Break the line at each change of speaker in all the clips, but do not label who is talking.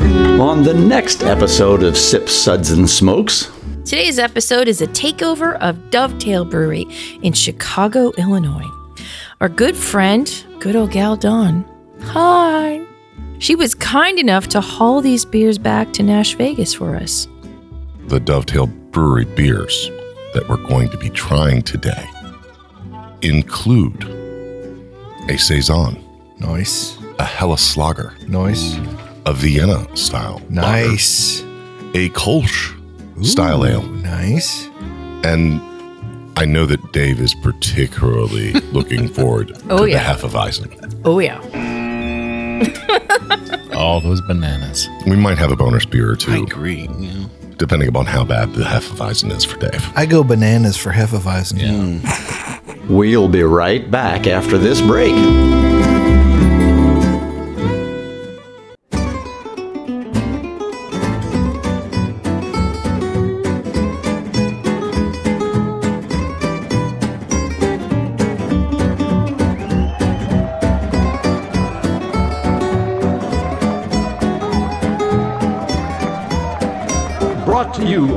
on the next episode of Sip Suds and Smokes.
Today's episode is a takeover of Dovetail Brewery in Chicago, Illinois. Our good friend, good old gal Dawn. Hi. She was kind enough to haul these beers back to Nash Vegas for us.
the Dovetail Brewery beers that we're going to be trying today include a Saison,
Nice.
a Helles Lager,
Nice.
a Vienna style, lager,
Nice.
a Kolsch style ale,
Nice.
and I know that Dave is particularly looking forward
Oh,
to
yeah.
the Hefeweizen.
Oh, yeah.
All those bananas.
We might have a bonus beer or two,
agree. Yeah.
depending upon how bad the Hefeweizen is for Dave.
I go bananas for Hefeweizen.
We'll be right back after this break. Brought to you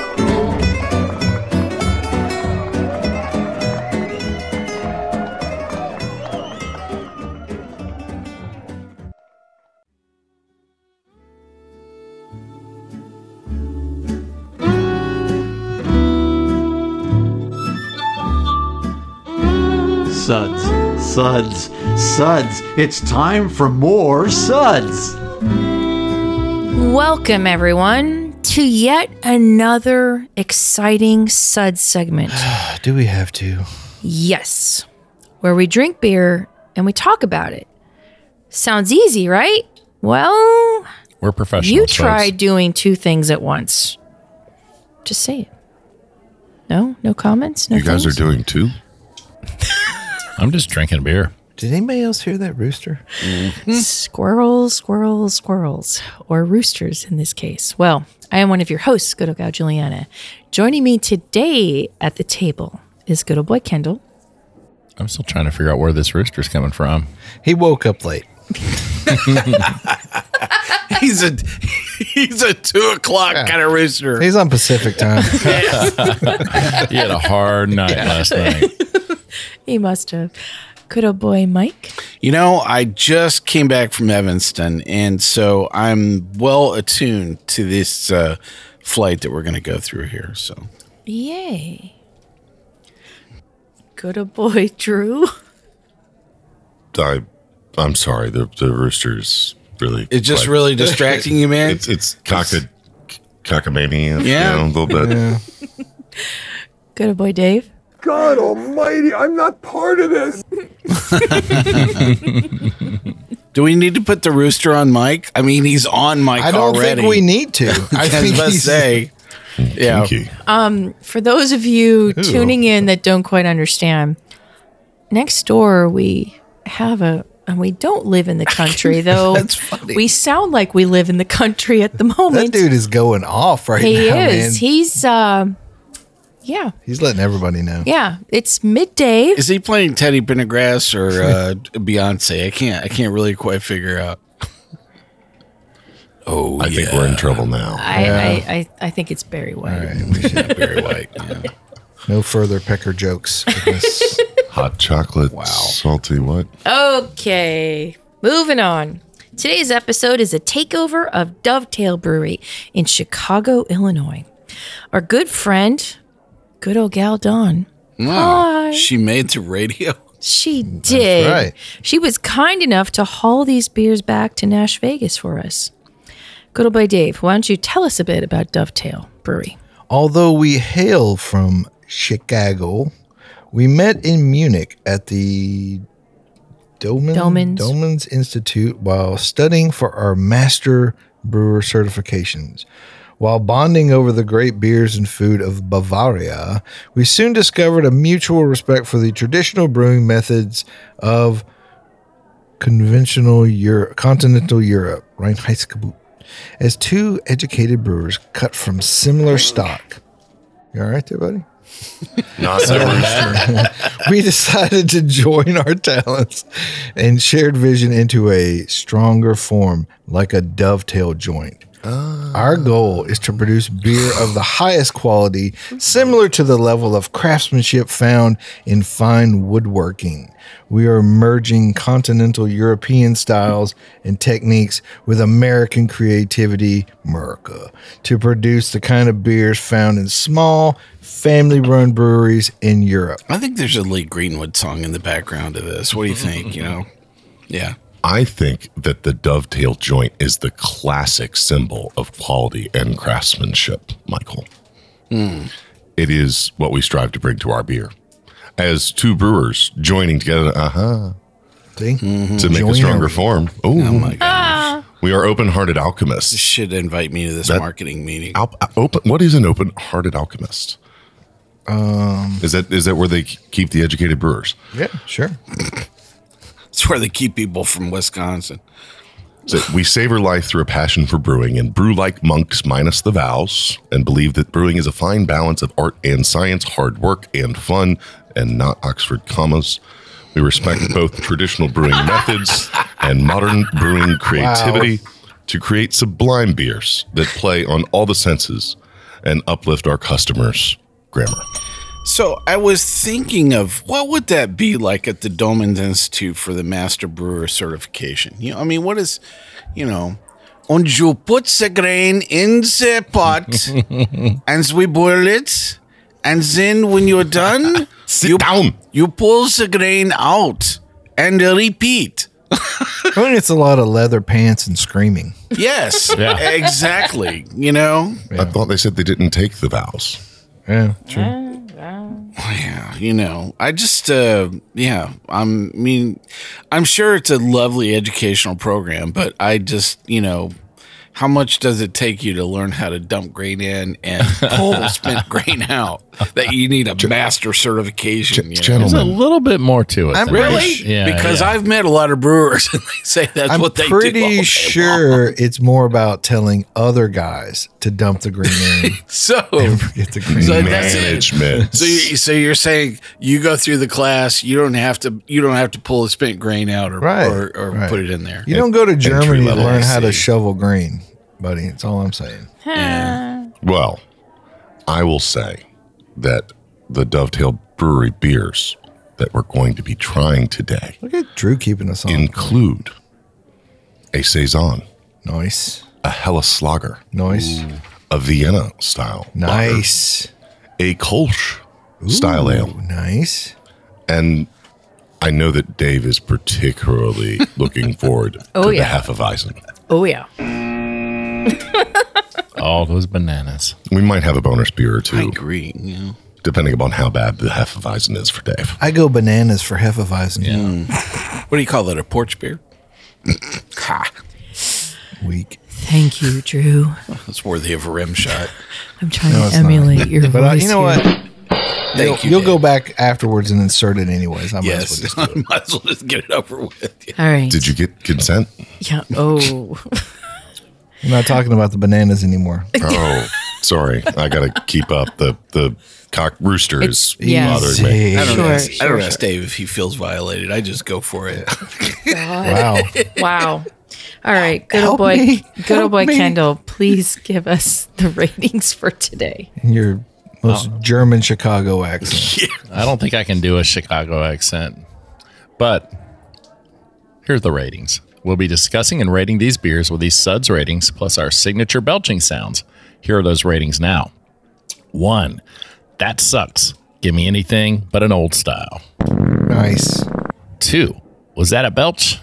Suds, suds, suds. It's time for more suds.
Welcome, everyone, to yet another exciting Sud segment.
Do we have to?
Yes, where we drink beer and we talk about it. Sounds easy, right? Well,
We're professionals.
you
folks.
try doing two things at once. Just say it. No, no comments. No
You guys are
things?
doing two?
I'm just drinking beer.
Did anybody else hear that rooster?
squirrels, squirrels, squirrels, or roosters in this case. Well, I am one of your hosts, Good Old Gal Juliana. Joining me today at the table is Good Old Boy Kendall.
I'm still trying to figure out where this rooster's coming from.
He woke up late. he's a he's a two o'clock kind of rooster. He's on Pacific time.
He had a hard night last night.
He must have. Good Old Boy Mike.
You know, I just came back from Evanston, and so I'm well attuned to this uh, flight that we're going to go through here. So,
Yay. Good Old Boy Drew.
I, I'm sorry, the, the rooster's really.
it's just
like-
really distracting you, man.
It's it's cocked, cockamamie, yeah,
Yeah.
a little bit.
Good Old Boy Dave.
God almighty, I'm not part of this.
Do we need to put the rooster on mic? I mean, he's on mic
I don't
already.
think we need to. I think
let's
he's-
say, yeah,
Kinky.
for those of you tuning in that don't quite understand, next door we have a and we don't live in the country though.
That's funny.
We sound like we live in the country at the moment.
that dude is going off right
he
now.
is.
man.
He's um yeah,
he's letting everybody know.
yeah. It's midday.
is he playing Teddy Pendergrass or uh, Beyonce? I can't. I can't really quite figure out.
I think we're in trouble now.
I, I, I, I think it's Barry White.
Barry White. yeah.
No further pecker jokes. because-
Hot chocolate, wow. salty what?
Okay, moving on. Today's episode is a takeover of Dovetail Brewery in Chicago, Illinois. Our good friend, good old gal Dawn.
Wow. She made the radio.
She did.
right.
She was kind enough to haul these beers back to Nash Vegas for us. Good old boy Dave, why don't you tell us a bit about Dovetail Brewery?
Although we hail from Chicago, we met in Munich at the Domen,
Domens.
Domens Institute while studying for our master brewer certifications. While bonding over the great beers and food of Bavaria, we soon discovered a mutual respect for the traditional brewing methods of conventional Europe, continental Europe, Reinheitsgebot, as two educated brewers cut from similar stock. You all right there, buddy?
Not ever.
we decided to join our talents and shared vision into a stronger form, like a dovetail joint. Our goal is to produce beer of the highest quality, similar to the level of craftsmanship found in fine woodworking. We are merging continental European styles and techniques with American creativity, America, to produce the kind of beers found in small, family run breweries in Europe.
I think there's a Lee Greenwood song in the background of this. What do you think? You know? Yeah.
I think that the dovetail joint is the classic symbol of quality and craftsmanship, Michael. It is what we strive to bring to our beer. As two brewers joining together, uh huh,
See?
to make
Join
a stronger
up.
form. Ooh,
Oh my god.
we are open hearted alchemists.
Should invite me to this marketing meeting.
Al- open. What is an open-hearted alchemist? Um, is that is that where they keep the educated brewers?
Yeah, sure.
It's where they keep people from Wisconsin.
So we savor life through a passion for brewing and brew like monks, minus the vows, and believe that brewing is a fine balance of art and science, hard work and fun, and not Oxford commas. We respect both traditional brewing methods and modern brewing creativity to create sublime beers that play on all the senses and uplift our customers' grammar.
So I was thinking of what would that be like at the Domans Institute for the Master Brewer certification? You know, I mean, what is, you know, and you put the grain in the pot and we boil it, and then when you're done,
Sit
you,
down.
you pull the grain out and repeat.
I mean, it's a lot of leather pants and screaming.
Yes,
Yeah.
exactly. You know,
I thought they said they didn't take the vows.
Yeah, true.
yeah, you know, I just, uh, yeah, I'm, I mean, I'm sure it's a lovely educational program, but I just, you know, how much does it take you to learn how to dump grain in and pull spent grain out that you need a master certification? you know?
There's a
Gentlemen,
little bit more to it.
I'm
than
pretty
that.
sh-
Yeah.
because
yeah.
I've met a lot of brewers and they say that's
I'm
what they do. all
pretty
day long.
sure it's more about telling other guys to dump the green in.
So,
Get the green.
so that's it.
management.
So, you, so you're saying you go through the class, you don't have to, you don't have to pull the spent grain out or
Right,
or, or
right.
put it in there.
You don't go to Germany to
level,
learn
I
how to
see.
shovel green, buddy. That's all I'm saying.
well, I will say that the Dovetail Brewery beers that we're going to be trying today
Look at Drew keeping us on.
include a saison,
nice.
a Helles Lager,
Nice.
a Vienna style, lager,
Nice.
a Kolsch style ale,
Nice.
and I know that Dave is particularly looking forward
Oh,
to
yeah.
the Hefeweizen.
Oh, yeah.
all those bananas.
We might have a bonus beer or two,
I agree. You know.
depending upon how bad the Hefeweizen is for Dave.
I go bananas for Hefeweizen.
What do you call that? A porch beer? ha,
Week.
Thank you, Drew.
that's worthy of a rim shot.
I'm trying to emulate your
But uh,
voice.
you know
here.
what? You'll,
Thank you.
you'll
Dave.
go back afterwards and insert it anyways. I might as well
Yes,
just
I might as well just get it over with.
All right.
Did you get consent?
Yeah. Oh.
We're not talking about the bananas anymore.
Oh, sorry. I gotta keep up. The the cock rooster
It's-
is
yes.
bothering me.
I don't,
Sure,
ask, I
sure,
don't ask Dave if he feels violated. I just go for it.
Wow.
Wow. All right. Good
Help
old boy.
me.
Good
Help
old boy
me.
Kendall, please give us the ratings for today.
Your most
Oh.
German Chicago accent.
I don't think I can do a Chicago accent, but here's the ratings. We'll be discussing and rating these beers with these suds ratings plus our signature belching sounds. Here are those ratings now. One, that sucks. Give me anything but an old style.
Nice.
Two, was that a belch?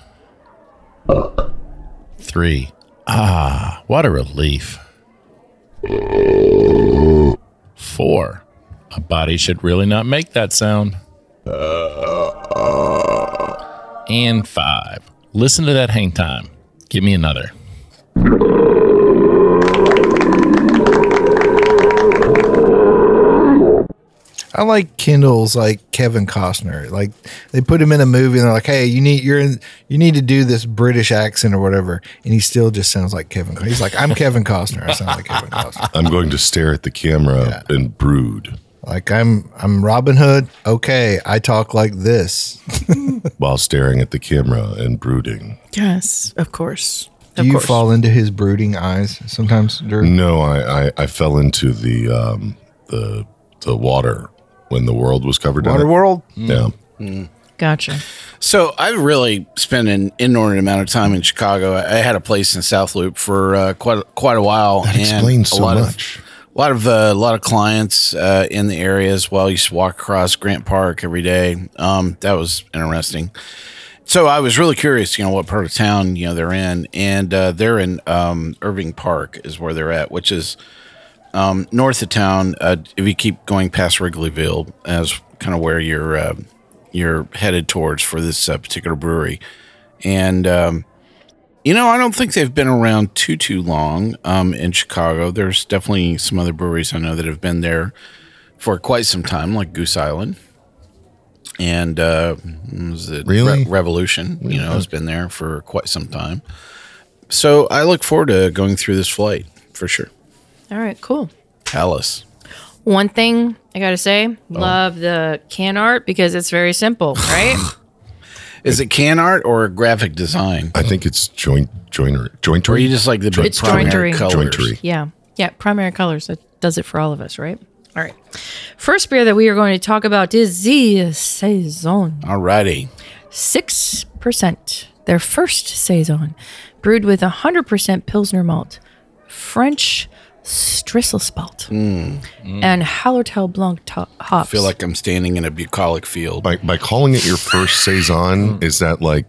Three, ah, what a relief. Four, a body should really not make that sound. And five, listen to that hang time. Give me another.
I like Kendall's like Kevin Costner. Like they put him in a movie and they're like, "Hey, you need you're in, you need to do this British accent or whatever," and he still just sounds like Kevin. Costner. He's like, "I'm Kevin Costner. I sound like Kevin Costner.
I'm going to stare at the camera and brood
Like I'm I'm Robin Hood. Okay, I talk like this.
while staring at the camera and brooding.
Yes, of course.
Do
Of
you
course.
fall into his brooding eyes sometimes,
Mm.
Drew?
No, I, I, I fell into the um, the the water when the world was covered in it.
Water World.
Mm.
Yeah.
Gotcha.
So I've really spent an inordinate amount of time in Chicago. I I had a place in South Loop for uh, quite quite a while.
That
and
explains
a
so
lot of-
much.
a lot of uh, a lot of clients uh, in the area as well. I used to walk across Grant Park every day. Um, that was interesting. So I was really curious, you know, what part of town you know they're in, and uh, they're in um, Irving Park is where they're at, which is um, north of town. Uh, if you keep going past Wrigleyville, as kind of where you're uh, you're headed towards for this uh, particular brewery, and um, you know, I don't think they've been around too too long um, in Chicago. There's definitely some other breweries I know that have been there for quite some time, like Goose Island, and uh, what was it
Really?
Revolution? You know, has been there for quite some time. So I look forward to going through this flight for sure.
All right, cool.
Alice,
One thing I gotta say, love the can art because it's very simple, right?
is it can art or graphic design?
I think it's joint joiner
Or are you
jointery.
just like the big
It's
primary
jointery.
colors?
Jointery.
yeah, yeah. Primary colors that does it for all of us, right? All right. First beer that we are going to talk about is the saison
Alrighty.
six percent. Their first saison, brewed with hundred percent pilsner malt, French Strisselspalt, and Hallertau Blanc to- hops.
I Mm. feel like I'm standing in a bucolic field.
By, by calling it your first
Mm.
saison, is that like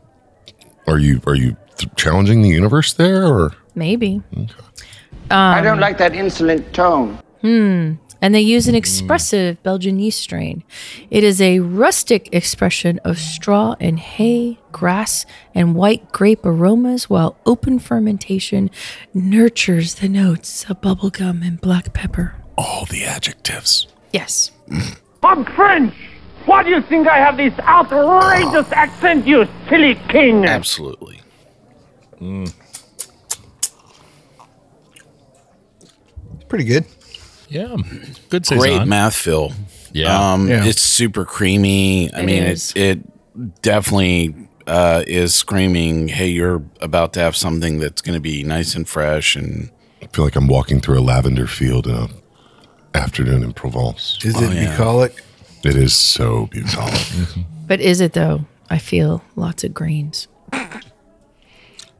are you are you th- challenging the universe there or
maybe.
I don't like that insolent tone.
and they use an
Mm.
expressive Belgian yeast strain. It is a rustic expression of straw and hay, grass, and white grape aromas, while open fermentation nurtures the notes of bubblegum and black pepper.
all the adjectives?
Yes.
I'm French. Why do you think I have this outrageous accent, you silly king?
Absolutely.
It's pretty good.
Yeah. Good
Great
saison.
math, Phil.
Yeah.
Um,
Yeah.
It's super creamy. I
It
mean,
is.
it's it definitely uh, is screaming, hey, you're about to have something that's going to be nice and fresh. And
I feel like I'm walking through a lavender field in a afternoon in Provence.
Oh,
Is it bucolic?
It is so beautiful.
But is it though? I feel lots of greens.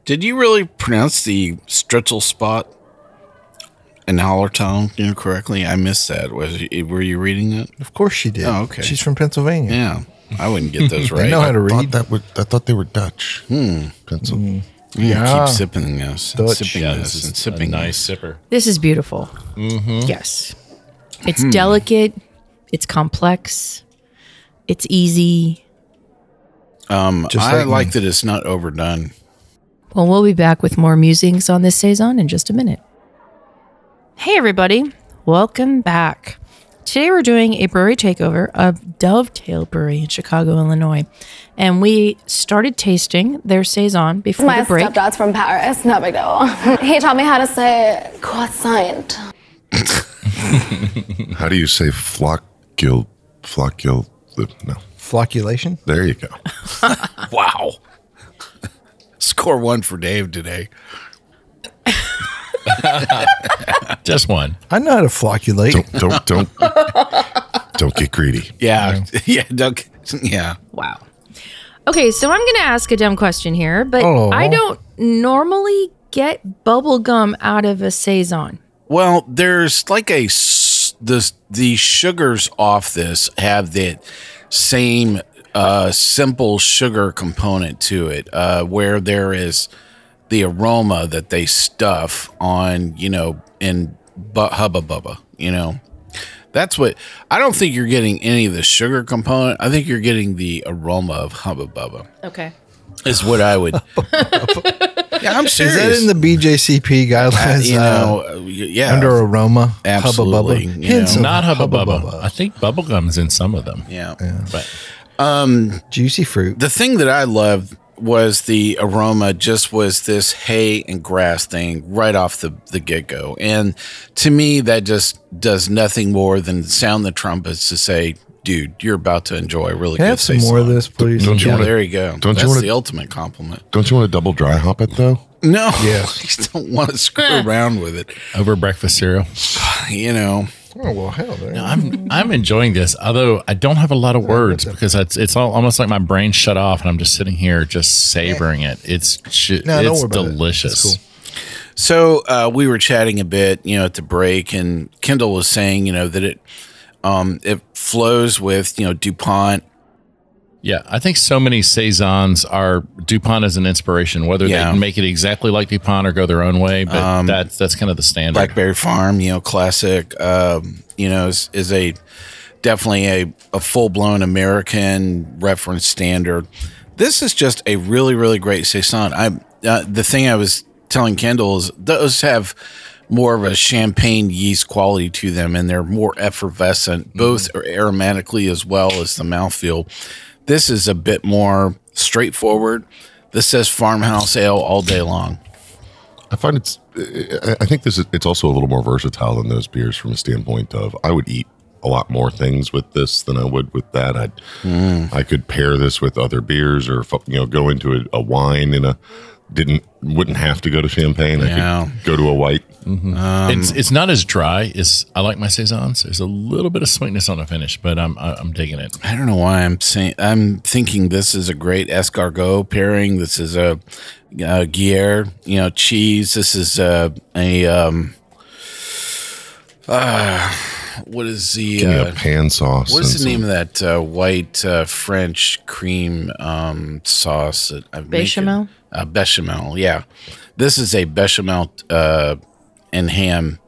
did you really pronounce the stritzel spot in Hallertown you know, correctly? I missed that. Was you, Were you reading that?
Of course she did.
Oh, okay.
She's from Pennsylvania.
Yeah. I wouldn't get those
I
right.
know how to
I thought
read.
that would, I thought they were Dutch. Pencil.
yeah.
Yeah.
Keep sipping this. and
Dutch.
Sipping
Yeah,
this,
this is
and
a
sipping
nice sipper.
This is beautiful. Yes. It's delicate, it's complex, it's easy.
Um,
Just
I
like
like,
me.
that it's not overdone.
Well, we'll be back with more musings on this Saison in just a minute. Hey, everybody. Welcome back. Today, we're doing a brewery takeover of Dovetail Brewery in Chicago, Illinois. And we started tasting their Saison before
My
the break.
stepdad's from Paris, no big deal. he taught me how to say croissant.
How do you say floccul? Floccul? No.
Flocculation.
There you go.
Wow. Score one for Dave today.
Just one.
I know how to flocculate.
Don't don't don't don't get greedy.
Yeah. Yeah. Doug. Yeah.
Wow. Okay, so I'm going to ask a dumb question here, but
Oh.
I don't normally get bubble gum out of a Saison.
Well, there's like a s- this the sugars off this have that same uh, simple sugar component to it, uh, where there is the aroma that they stuff on, you know, in bu- hubba bubba, you know. That's what I don't think you're getting any of the sugar component. I think you're getting the aroma of hubba bubba.
Okay.
Is what I would Yeah, I'm
Is
serious.
that in the BJCP guidelines?
you
uh,
know, uh, y- yeah.
under aroma,
Absolutely,
hubba bubba,
you
hints
know.
of
Not Hubba, Bubba.
Bubba.
I think bubblegum's in some of them.
yeah.
But
Um,
juicy fruit.
the thing that I loved was the aroma just was this hay and grass thing right off the, the get-go and to me that just does nothing more than sound the trumpets to say dude you're about to enjoy a really
Can I
good
have some
saison."
more of this, please?
Don't you
yeah,
wanna-
there you go
don't you
that's
wanna-
the ultimate compliment
Don't you want to double dry hop it though?
no
Yeah.
i just don't want to screw around with it
over breakfast cereal.
you know
Oh well, hell, there.
I'm I'm enjoying this, although I don't have a lot of words because it's it's all almost like my brain shut off and I'm just sitting here just savoring it. It's ju-
No, don't
it's
worry about it. It's
delicious.
cool.
So uh, we were chatting a bit, you know, at the break, and Kendall was saying, you know, that it um, it flows with, you know, Dupont.
Yeah, I think so many saisons are DuPont as an inspiration, whether
Yeah. Um,
they make it exactly like DuPont or go their own way, but that's that's kind of the standard.
Blackberry Farm, you know, classic, um, you know, is, is a definitely a, a full blown American reference standard. This is just a really, really great Saison. I uh, the thing I was telling Kendall is those have more of a champagne yeast quality to them, and they're more effervescent, both aromatically as well as the mouthfeel. This is a bit more straightforward. This says farmhouse ale all day long.
I find it's. I I think this is. It's also a little more versatile than those beers from a standpoint of I would eat a lot more things with this than I would with that. I
Mm.
I could pair this with other beers or fu- you know go into a, a wine and a didn't wouldn't have to go to champagne.
Yeah.
I could go to a white.
um,
it's it's not as dry as I like my saisons. There's a little bit of sweetness on the finish, but I'm I- I'm digging it.
I don't know why I'm saying I'm thinking this is a great escargot pairing. This is a, uh Gruyere, you know, cheese. This is a a um, uh, what is the
Give me
uh,
a pan sauce.
what is
and
the name of that uh, white uh, French cream um, sauce that I've
Bechamel?
Uh, bechamel, yeah. This is a bechamel uh, and ham,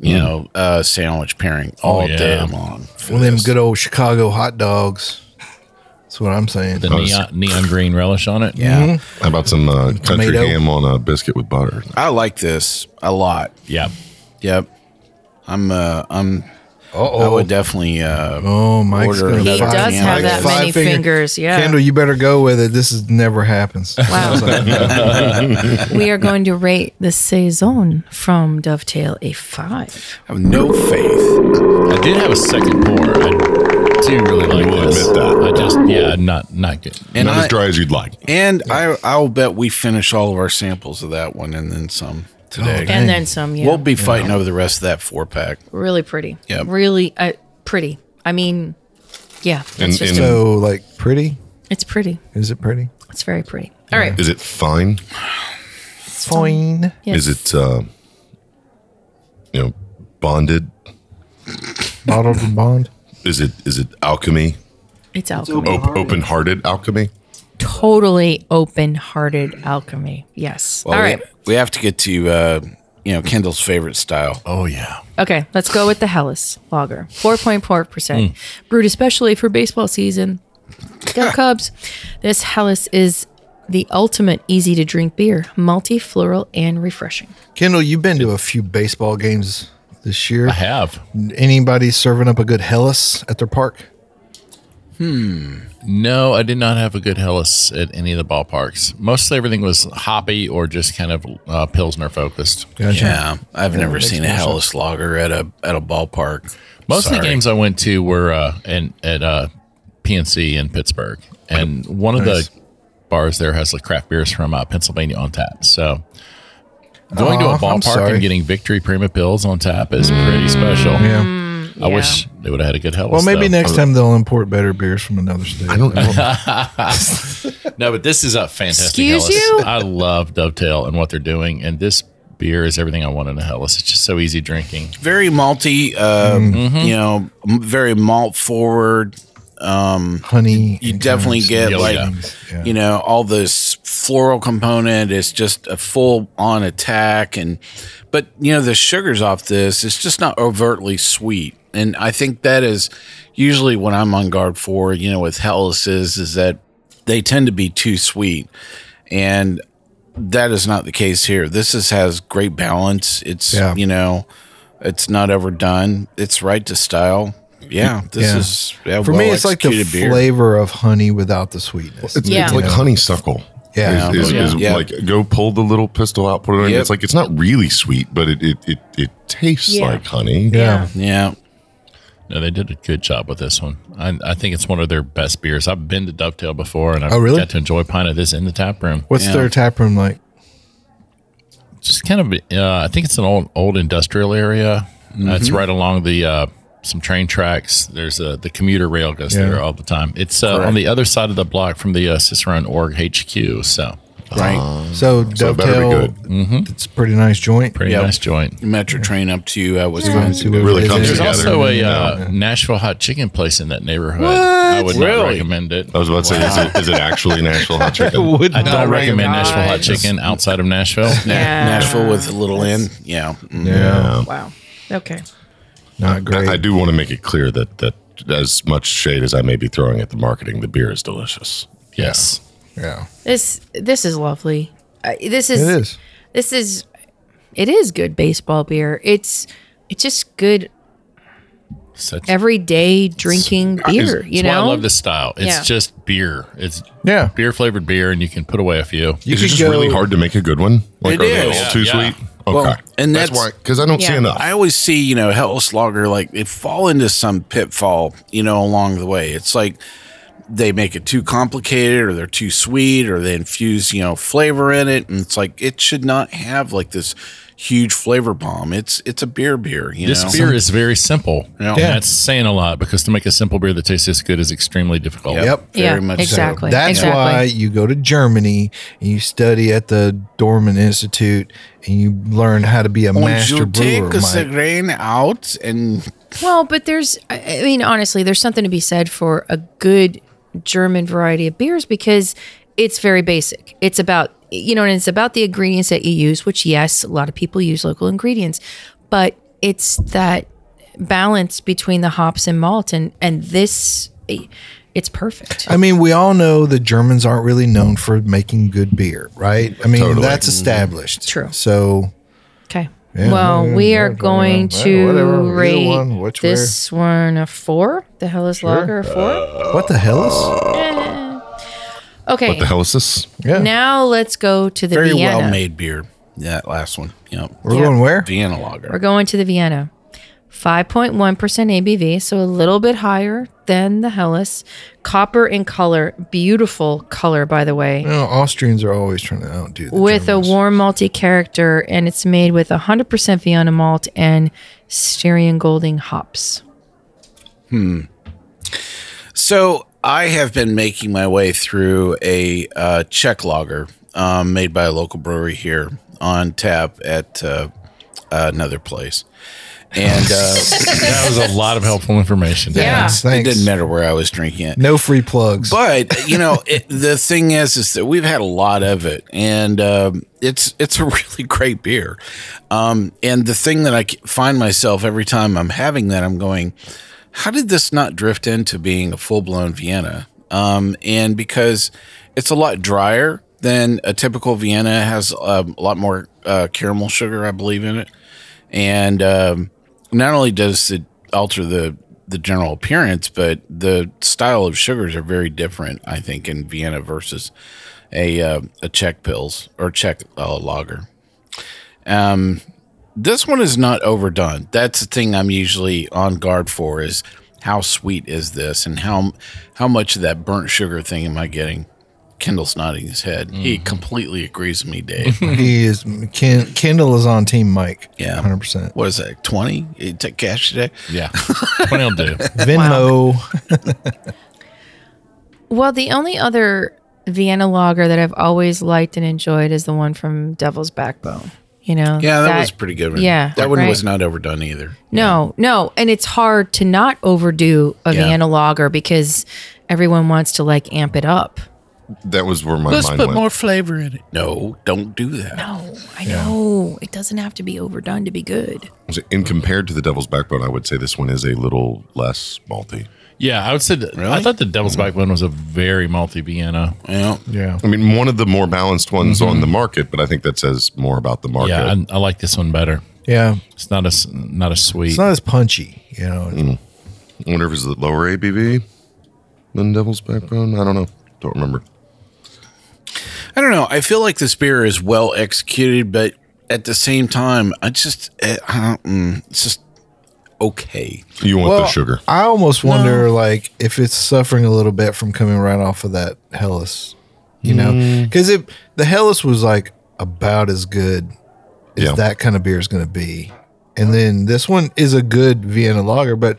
you know, uh, sandwich pairing all
yeah.
day long. for
One of them
this.
good old Chicago hot dogs. That's what I'm saying.
The neon, neon green relish on it.
Yeah.
some- How about some uh, country
Tomato.
ham on a biscuit with butter?
I like this a lot.
Yeah.
Yep. I'm uh I'm I
Uh-oh.
would definitely uh
Oh, Mike's
order
gonna
He
another
Five
does
can.
have
Like
that
five
many
finger-
fingers. Yeah.
Kendall, you better go with it. This is never happens.
Wow. we are going to rate the saison from Dovetail a five.
have no faith.
I did have a second pour. I do really like
will
this.
admit that.
I just yeah, not not good.
And
Not
I
as dry as you'd like.
and I I'll bet we finish all of our samples of that one and then some today.
Dang.
And then some, Oh, yeah.
We'll be fighting over the rest of that four pack.
really pretty.
Yep.
Really uh, pretty. I mean, yeah. It's,
And-
just,
and-
So, like, pretty?
it's pretty.
Is it pretty?
It's very pretty. All right.
Is it fine?
Fine.
Yes.
Is it uh, you know bonded?
Bottled and bond.
Is it is it alchemy?
It's alchemy.
Op- open hearted alchemy.
Totally open hearted alchemy. Yes.
Well,
All
we-
right.
We, have to get to uh you know, Kendall's favorite style.
Oh yeah.
Okay. Let's go with the Hellas lager 4.4%.
Hmm.
Brewed especially for baseball season. Go Cubs. This Hellas is the ultimate easy to drink beer, multi floral and refreshing.
Kendall, you've been to a few baseball games this year.
I have.
Anybody serving up a good Hellas at their park?
No, I did not have a good Hellas at any of the ballparks. Mostly everything was hoppy or just kind of uh, Pilsner focused.
Gotcha.
Yeah. I've never seen a Hellas lager at a at a ballpark.
Most of the
Sorry.
games I went to were uh, in, at uh, PNC in Pittsburgh, and one of the bars there has the craft beers from uh, Pennsylvania on tap. So going to
Aw,
a
I'm
ballpark
sorry.
and getting Victory Prima Pills on tap is pretty special.
Mm,
Yeah.
I wish they would have had a good Hellas.
Well, maybe
though.
next time they'll import better beers from another state. I don't know.
No, but this is a fantastic.
Excuse
Hellas.
you?
I love Dovetail and what they're doing, and this beer is everything I want in a Hellas. It's just so easy drinking.
very malty, uh,
Mm-hmm.
you know, m- very malt forward. Um,
Honey.
you
and
definitely
kinds.
get
Yeah,
like,
yeah.
Yeah.
you know, all this floral component. It's just a full on attack, and but you know the sugars off this. It's just not overtly sweet, and I think that is usually what I'm on guard for. You know, with Hellas is is that they tend to be too sweet, and that is not the case here. This is has great balance. It's
Yeah.
you know, it's not overdone. It's right to style. Yeah, this
Yeah.
is yeah,
For me, it's like the
well-executed beer.
flavor of honey without the sweetness.
It's,
Yeah.
it's like
Yeah.
honeysuckle.
Yeah.
is, is,
Yeah.
is
Yeah.
like go pull the little pistol out, put it on.
Yep.
It's like it's not really sweet, but it it it, it tastes
Yeah.
like honey.
Yeah.
Yeah,
No, they did a good job with this one. I, I think it's one of their best beers. I've been to Dovetail before, and I
Oh, really?
got to enjoy a pint of this in the tap room.
What's
Yeah.
their tap room like?
Just kind of, uh, I think it's an old old industrial area. Uh,
Mm-hmm.
it's right along the uh, some train tracks. There's a, the commuter rail goes
Yeah.
there all the time. It's uh, on the other side of the block from the uh, Cicerone Org HQ. So
right.
So,
so it better be
dovetail. Mm-hmm. It's a pretty nice joint.
pretty
Yeah.
nice joint.
Metro train up to uh,
See
Wisconsin.
what
really
it
comes
is.
There's
together.
also a uh,
No.
Nashville hot chicken place in that neighborhood. I would not
Really?
recommend it.
I was about to say, is it, is it actually Nashville hot chicken?
Would
I don't
not
recommend
recommend-
Nashville hot chicken outside of Nashville.
Na-
Yeah.
Nashville with a little inn. Yeah. Mm.
Yeah.
Wow. Okay.
Not great.
I do want to make it clear that that as much shade as I may be throwing at the marketing, the beer is delicious.
Yes.
Yeah.
This this is lovely. Uh, this
It
is,
is.
this is it is good baseball beer. It's it's just good
Such
everyday drinking beer.
It's-
you
it's why
know,
I love this style. It's
Yeah.
just beer. It's
Yeah.
beer flavored beer, and you can put away a few.
You
is it
could
just
go-
really hard to make a good one? Like,
It
are they
is.
all too
Yeah.
sweet? Okay.
Well, and that's-
why, because I don't see
Yeah.
enough.
I always see, you know, Hell's Lager, like they fall into some pitfall, you know, along the way. It's like they make it too complicated or they're too sweet or they infuse, you know, flavor in it. And it's like it should not have like this huge flavor bomb. It's it's a beer beer, you
This
know.
beer is very simple.
Yeah.
And that's saying a lot because to make a simple beer that tastes this good is extremely difficult.
Yep.
Very
Yeah,
much so.
exactly.
That's
exactly.
why you go to Germany and you study at the Dorman Institute and you learn how to be a
Once
master
you
brewer.
take the
Mike.
grain out and
Well, but there's, I I mean, honestly, there's something to be said for a good German variety of beers because it's very basic. It's about, you know, and it's about the ingredients that you use, which, yes, a lot of people use local ingredients, but it's that balance between the hops and malt. And, and this, it's perfect.
I mean, we all know the Germans aren't really known for making good beer, right? I mean,
Totally.
that's
Mm-hmm.
established.
True.
So
Okay.
Yeah,
well,
yeah,
we
yeah,
are
yeah,
going
yeah,
to
whatever, either
rate
one, which
this one a four. The hell is lager a four?
what the hell is?
okay.
what the hell is this?
Yeah.
Now let's go to the
very
Vienna.
well made beer. That last one. Yep.
We're going where?
Vienna
We're
lager.
going to the Vienna. 5.1% ABV, so a little bit higher than the Hellas. Copper in color, beautiful color, by the way,
You
Mm.
know, Austrians are always trying to outdo the
with
Germans.
a warm malty character, and it's made with 100% Vienna malt and Styrian Golding hops.
So I have been making my way through a uh, Czech lager um, made by a local brewery here on tap at uh, another place. And uh,
That was a lot of helpful information.
Thanks.
it didn't
Thanks.
matter where I was drinking it.
No free plugs.
But you know, it, the thing is, is that we've had a lot of it, and um, it's it's a really great beer. Um, and the thing that I c- find myself every time I'm having that, I'm going, how did this not drift into being a full blown Vienna? Um, and because it's a lot drier than a typical Vienna, has um, a lot more uh, caramel sugar, I believe, in it and um, not only does it alter the the general appearance, but the style of sugars are very different. I think in Vienna versus a uh, a Czech pills or Czech uh, lager. Um, this one is not overdone. That's the thing I'm usually on guard for is how sweet is this and how how much of that burnt sugar thing am I getting? Kendall's nodding his head. He completely agrees with me, Dave.
he is Ken, Kendall is on team Mike.
Yeah.
hundred percent.
what is that? Twenty? You take cash today?
Yeah. Twenty will do.
Venmo.
Well, the only other Vienna lager that I've always liked and enjoyed is the one from Devil's Backbone. You know,
Yeah, that, was pretty good. One.
yeah,
that one
right.
was not overdone either.
No, no. And it's hard to not overdo a
Yeah.
Vienna lager because everyone wants to like amp it up.
that was where my
Let's
mind
put
went.
more flavor in it.
No, don't do that.
No, Oh, I know. It doesn't have to be overdone to be good.
In compared to the Devil's Backbone, I would say this one is a little less malty.
Yeah, I would say. that- I thought the Devil's
Mm-hmm.
Backbone was a very malty Vienna.
Yeah.
Yeah.
I mean, one of the more balanced ones on
Mm-hmm.
the market, but I think that says more about the market.
Yeah, I, I like this one better.
Yeah.
It's not a s- not a sweet.
It's not as punchy, you know.
I wonder if it's the lower ABV than Devil's Backbone. I don't know. Don't remember.
I don't know. I feel like this beer is well executed, but at the same time, I just eh, I don't- mm, it's just okay.
You want
Well,
the sugar?
I almost wonder, like, if it's suffering a little bit from coming right off of that Hellas, you know,
Mm.
because if the Hellas was like about as good as
Yeah.
that kind of beer is going to be, and then this one is a good Vienna lager, but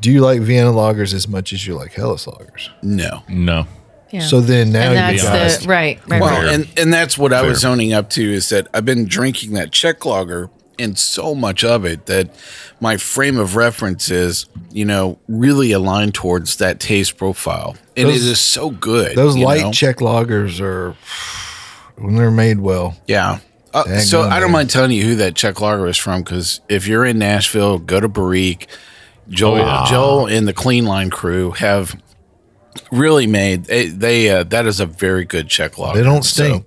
do you like Vienna lagers as much as you like Hellas lagers?
No.
no.
Yeah.
So then now
and that's
you guys,
the right, right, right.
Well, and and that's what I was owning up to is that I've been drinking that Czech lager and so much of it that my frame of reference is, you know, really aligned towards that taste profile. And
Those-
it is so good.
those
you
light
know?
Czech lagers are when they're made well.
Yeah. Uh,
Dang
so
on,
I don't
man.
mind telling you who that Czech lager is from because if you're in Nashville, go to Barrique. Joel, Joel and the Clean Line crew have really made they, they uh, that is a very good Czech lager.
They don't
So-
stink.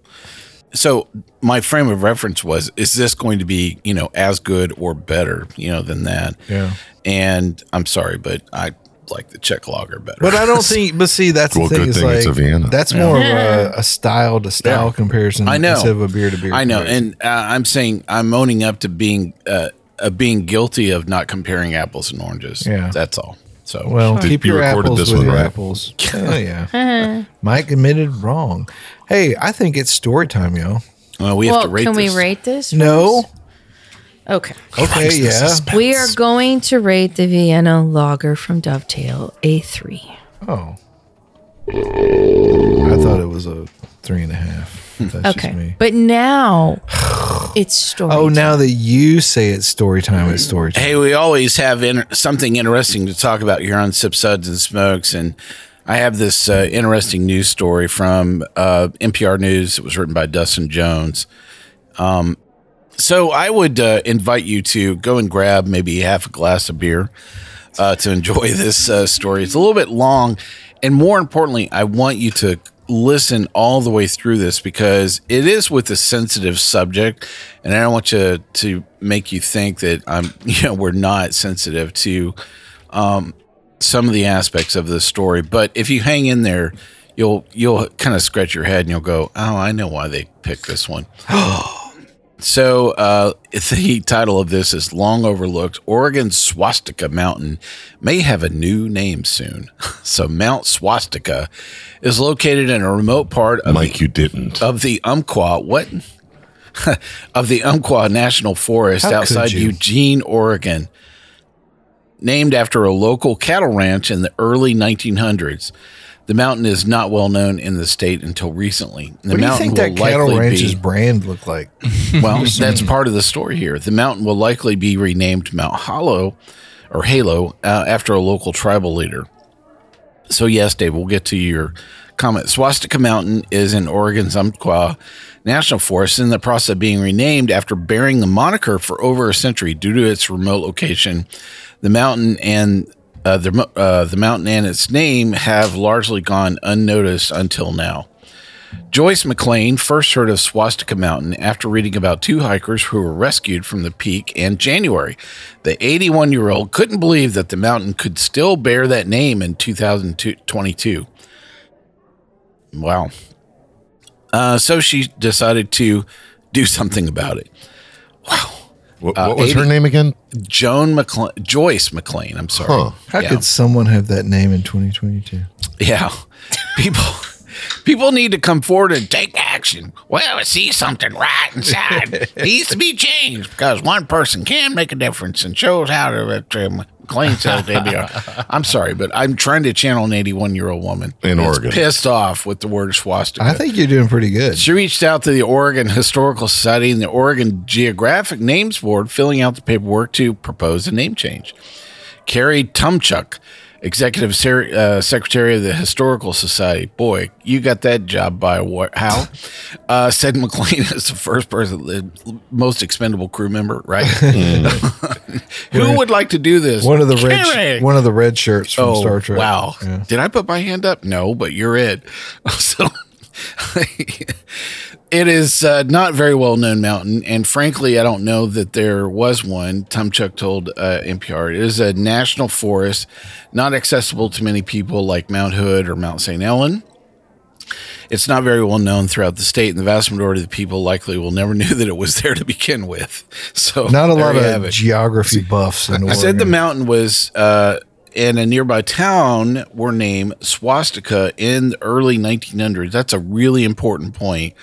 So, my frame of reference was: is this going to be you know as good or better you know than that?
Yeah.
And I'm sorry, but I like the Czech lager better.
But I don't think. But see, that's
Well,
the thing.
good
is
thing
like,
it's a Vienna.
That's more of a, a style to style comparison.
I know.
Instead of a beer to beer.
I know,
comparison.
and uh, I'm saying I'm owning up to being uh, uh, being guilty of not comparing apples and oranges.
Yeah.
that's all. So
well, keep
You
your
recorded
apples
this
with
one,
your
right?
apples. Oh yeah. Mike admitted wrong. Hey, I think it's story time, y'all.
well, we have
Well,
to rate.
can
this.
we rate this?
No.
first? Okay.
Okay. Yeah.
We are going to rate the Vienna Lager from Dovetail a three.
Oh. I thought it was a three and a half.
Hmm.
That's just
Okay.
me.
But now it's story.
Oh, now that you say it's story time, it's story time.
Hey, we always have inter- something interesting to talk about here on Sip Suds and Smokes, and I have this uh, interesting news story from uh, NPR News. It was written by Dustin Jones. Um, so I would uh, invite you to go and grab maybe half a glass of beer uh, to enjoy this uh, story. It's a little bit long, and more importantly, I want you to listen all the way through this because it is with a sensitive subject, and I don't want you to make you think that I'm, you know, we're not sensitive to um, some of the aspects of this story. But if you hang in there, you'll you'll kind of scratch your head and you'll go, "Oh, I know why they picked this one." So uh, the title of this is long overlooked. Oregon Swastika Mountain may have a new name soon. so Mount Swastika is located in a remote part of
Mike, you didn't.
of the Umpqua what of the Umpqua National Forest
How could
outside
you?
Eugene, Oregon, named after a local cattle ranch in the early 1900s. The mountain is not well known in the state until recently. The
What do you
mountain
think that
will
cattle
likely
ranch's
be-
brand look like?
well, that's part of the story here. The mountain will likely be renamed Mount Hollow or Halo uh, after a local tribal leader. So, yes, Dave, we'll get to your comment. Swastika Mountain is in Oregon's Umpqua National Forest in the process of being renamed after bearing the moniker for over a century due to its remote location. The mountain and uh, the, mo- uh, the mountain and its name have largely gone unnoticed until now. Joyce McLean first heard of Swastika Mountain after reading about two hikers who were rescued from the peak in January. The 81 year old couldn't believe that the mountain could still bear that name in 2022. Wow. Uh, so she decided to do something about it.
What,
uh,
what was her
80.
name again?
Joan McLean, Joyce McLean, I'm sorry.
Huh.
How
Yeah.
could someone have that name in 2022?
Yeah. People people need to come forward and take action. Well, I see something right inside. It needs to be changed because one person can make a difference and shows how to uh, clean says they are. I'm sorry, but I'm trying to channel an 81 year old woman
In
that's
Oregon.
pissed off with the word swastika.
I think you're doing pretty good.
She reached out to the Oregon Historical Society and the Oregon Geographic Names Board, filling out the paperwork to propose a name change. Carrie Tumchuk, executive ser- uh, secretary of the Historical Society. Boy, you got that job by what? How? uh, said McLean is the first person, the most expendable crew member, right? Who would like to do this?
Mm. One of the red,
Kidding.
sh- one of the red shirts from
Oh,
Star Trek.
Wow.
Yeah.
Did I put my hand up? No, but you're it. So it is uh, not very well known mountain. And frankly, I don't know that there was one. Tom Chuck told uh, NPR it is a national forest, not accessible to many people like Mount Hood or Mount St. Ellen. It's not very well known throughout the state, and the vast majority of the people likely will never knew that it was there to begin with. So
Not a
there
lot
you have
of
it.
geography buffs in
I
Oregon.
said the mountain was uh, in a nearby town were named Swastika in the early 1900s. That's a really important point.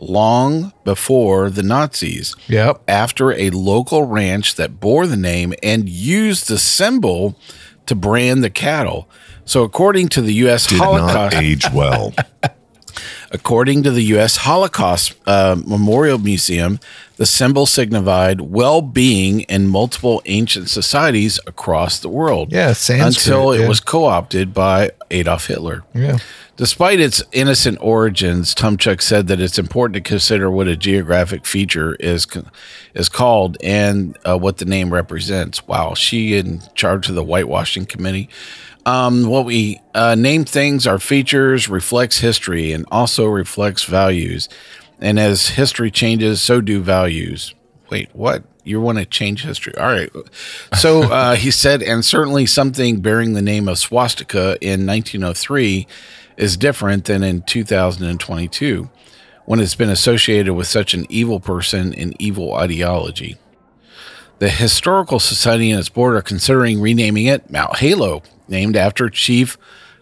Long before the Nazis,
Yep.
after a local ranch that bore the name and used the symbol to brand the cattle. So, according to the U.S.
Did
Holocaust,
not age well.
According to the U.S. Holocaust uh, Memorial Museum, the symbol signified well being in multiple ancient societies across the world.
Yeah, Sanskrit,
Until it
yeah.
was co opted by Adolf Hitler.
Yeah.
Despite its innocent origins, Tumchuk said that it's important to consider what a geographic feature is is called and uh, what the name represents. Wow, she in charge of the whitewashing committee. Um, what we uh, name things are features, reflects history, and also reflects values. And as history changes, so do values. Wait, what? You want to change history? All right. So uh, he said, and certainly something bearing the name of swastika in 1903 is different than in 2022 when it's been associated with such an evil person and evil ideology. The Historical Society and its board are considering renaming it Mount Halo, named after Chief